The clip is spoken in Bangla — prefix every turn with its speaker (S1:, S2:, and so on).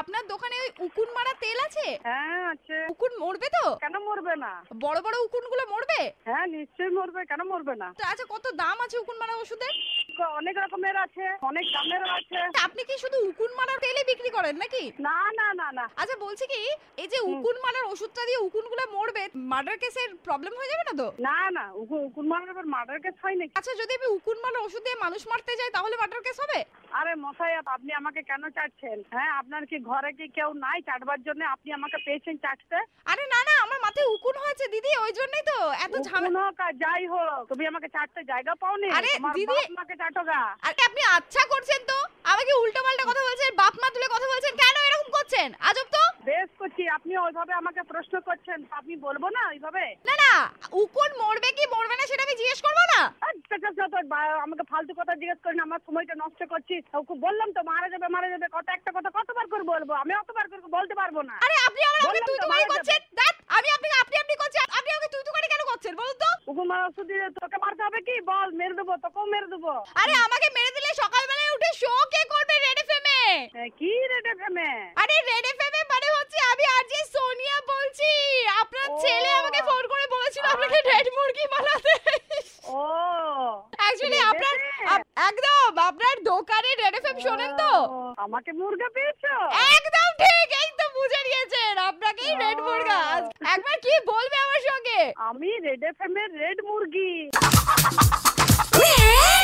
S1: আপনার দোকানে ওই উকুন মারা তেল আছে
S2: হ্যাঁ আছে
S1: উকুন মরবে তো
S2: কেন মরবে না
S1: বড় বড় উকুনগুলো মরবে
S2: হ্যাঁ নিশ্চয়ই মরবে কেন মরবে না
S1: তো আচ্ছা কত দাম আছে উকুন মারা ওষুধের
S2: অনেক রকমের আছে অনেক দামের আছে
S1: তা আপনি কি শুধু উকুন মারার তেলই বিক্রি করেন নাকি
S2: না না না না
S1: আচ্ছা বলছি কি এই যে
S2: হুম।
S1: উকুন মারার ওষুধটা দিয়ে উকুনগুলো মরবে মার্ডার কেসের প্রবলেম হয়ে যাবে না তো
S2: না না উকুন উকুন মারার আবার মার্ডার কেস হয় নাকি
S1: আচ্ছা যদি আমি উকুন মারার ওষুধ দিয়ে মানুষ মারতে যাই তাহলে মার্ডার কেস হবে
S2: আরে মশাই আপ- আপনি আমাকে কেন চাটছেন হ্যাঁ আপনার কি ঘরে কি কেউ নাই চাটবার জন্য আপনি আমাকে পেয়েছেন চাটতে
S1: আরে না না আমার মাথায় উকুন হয়েছে দিদি ওই জন্যই তো এত ঝামেলা
S2: উকুন হোক আর যাই হোক তুমি আমাকে চাটতে জায়গা পাওনি
S1: আরে,
S2: তোমার
S1: দিদি-
S2: বাপ মাকে চাটোগা
S1: আরে আপনি আচ্ছা করছেন তো আমাকে উল্টো পাল্টা কথা বলছেন বাপ মা তুলে কথা বলছেন কেন এরকম করছেন আজব তো
S2: বেশ করছি আপনি ওইভাবে আমাকে প্রশ্ন করছেন আপনি বলবো না ওইভাবে
S1: না না উকুন মরবে কি মরবে না সেটা আমি জিজ্ঞেস করবো না
S2: আর তা- তা- তা- বা- আমাকে ফালতু কথা জিজ্ঞেস করেন আমার সময়টা নষ্ট করছিস ওকে বললাম তো মারা যাবে মারা যাবে কত একটা কথা কতবার করে বলবো আমি অতবার করে বলতে পারবো না
S1: আরে আপনি আমার আমাকে
S2: বললাম
S1: তুই
S2: তো,
S1: তুকারি
S2: মারা যাবে।
S1: করছেন দেখ আমি আপনাকে আপনি আপনি করছেন আপনি আমাকে তুই তুকারি কেন করছেন বলুন তো
S2: কুকুর মারা ওষুধ দিয়ে তোকে মারতে হবে কি বল মেরে দেবো তোকেও মেরে দেবো
S1: আরে আমাকে মেরে দিলে সকালবেলায় উঠে শো কে করবে রেড এফএমে
S2: এ, কি রে ডেফেমে
S1: আরে রেড এফএমে মানে হচ্ছে আমি আর যে সোনিয়া বলছি আপনার
S2: ও।
S1: ছেলে আমাকে ফোন করে বলেছিল আপনাকে রেড মুরগি বানাতে
S2: ও
S1: অ্যাকচুয়ালি
S2: Red
S1: আপনার
S2: FM?
S1: আপ- একদম আপনার দোকানে রেড এফএম শোনেন তো
S2: ও, আমাকে মুরগা পেয়েছো
S1: একদম ঠিক এই তো বুঝে নিয়েছেন আপনাকেই রেড
S2: ও।
S1: মুরগা আজ- একবার কি বলবে আমার সঙ্গে
S2: আমি রেড এফএম এর রেড মুরগি
S1: Yeah!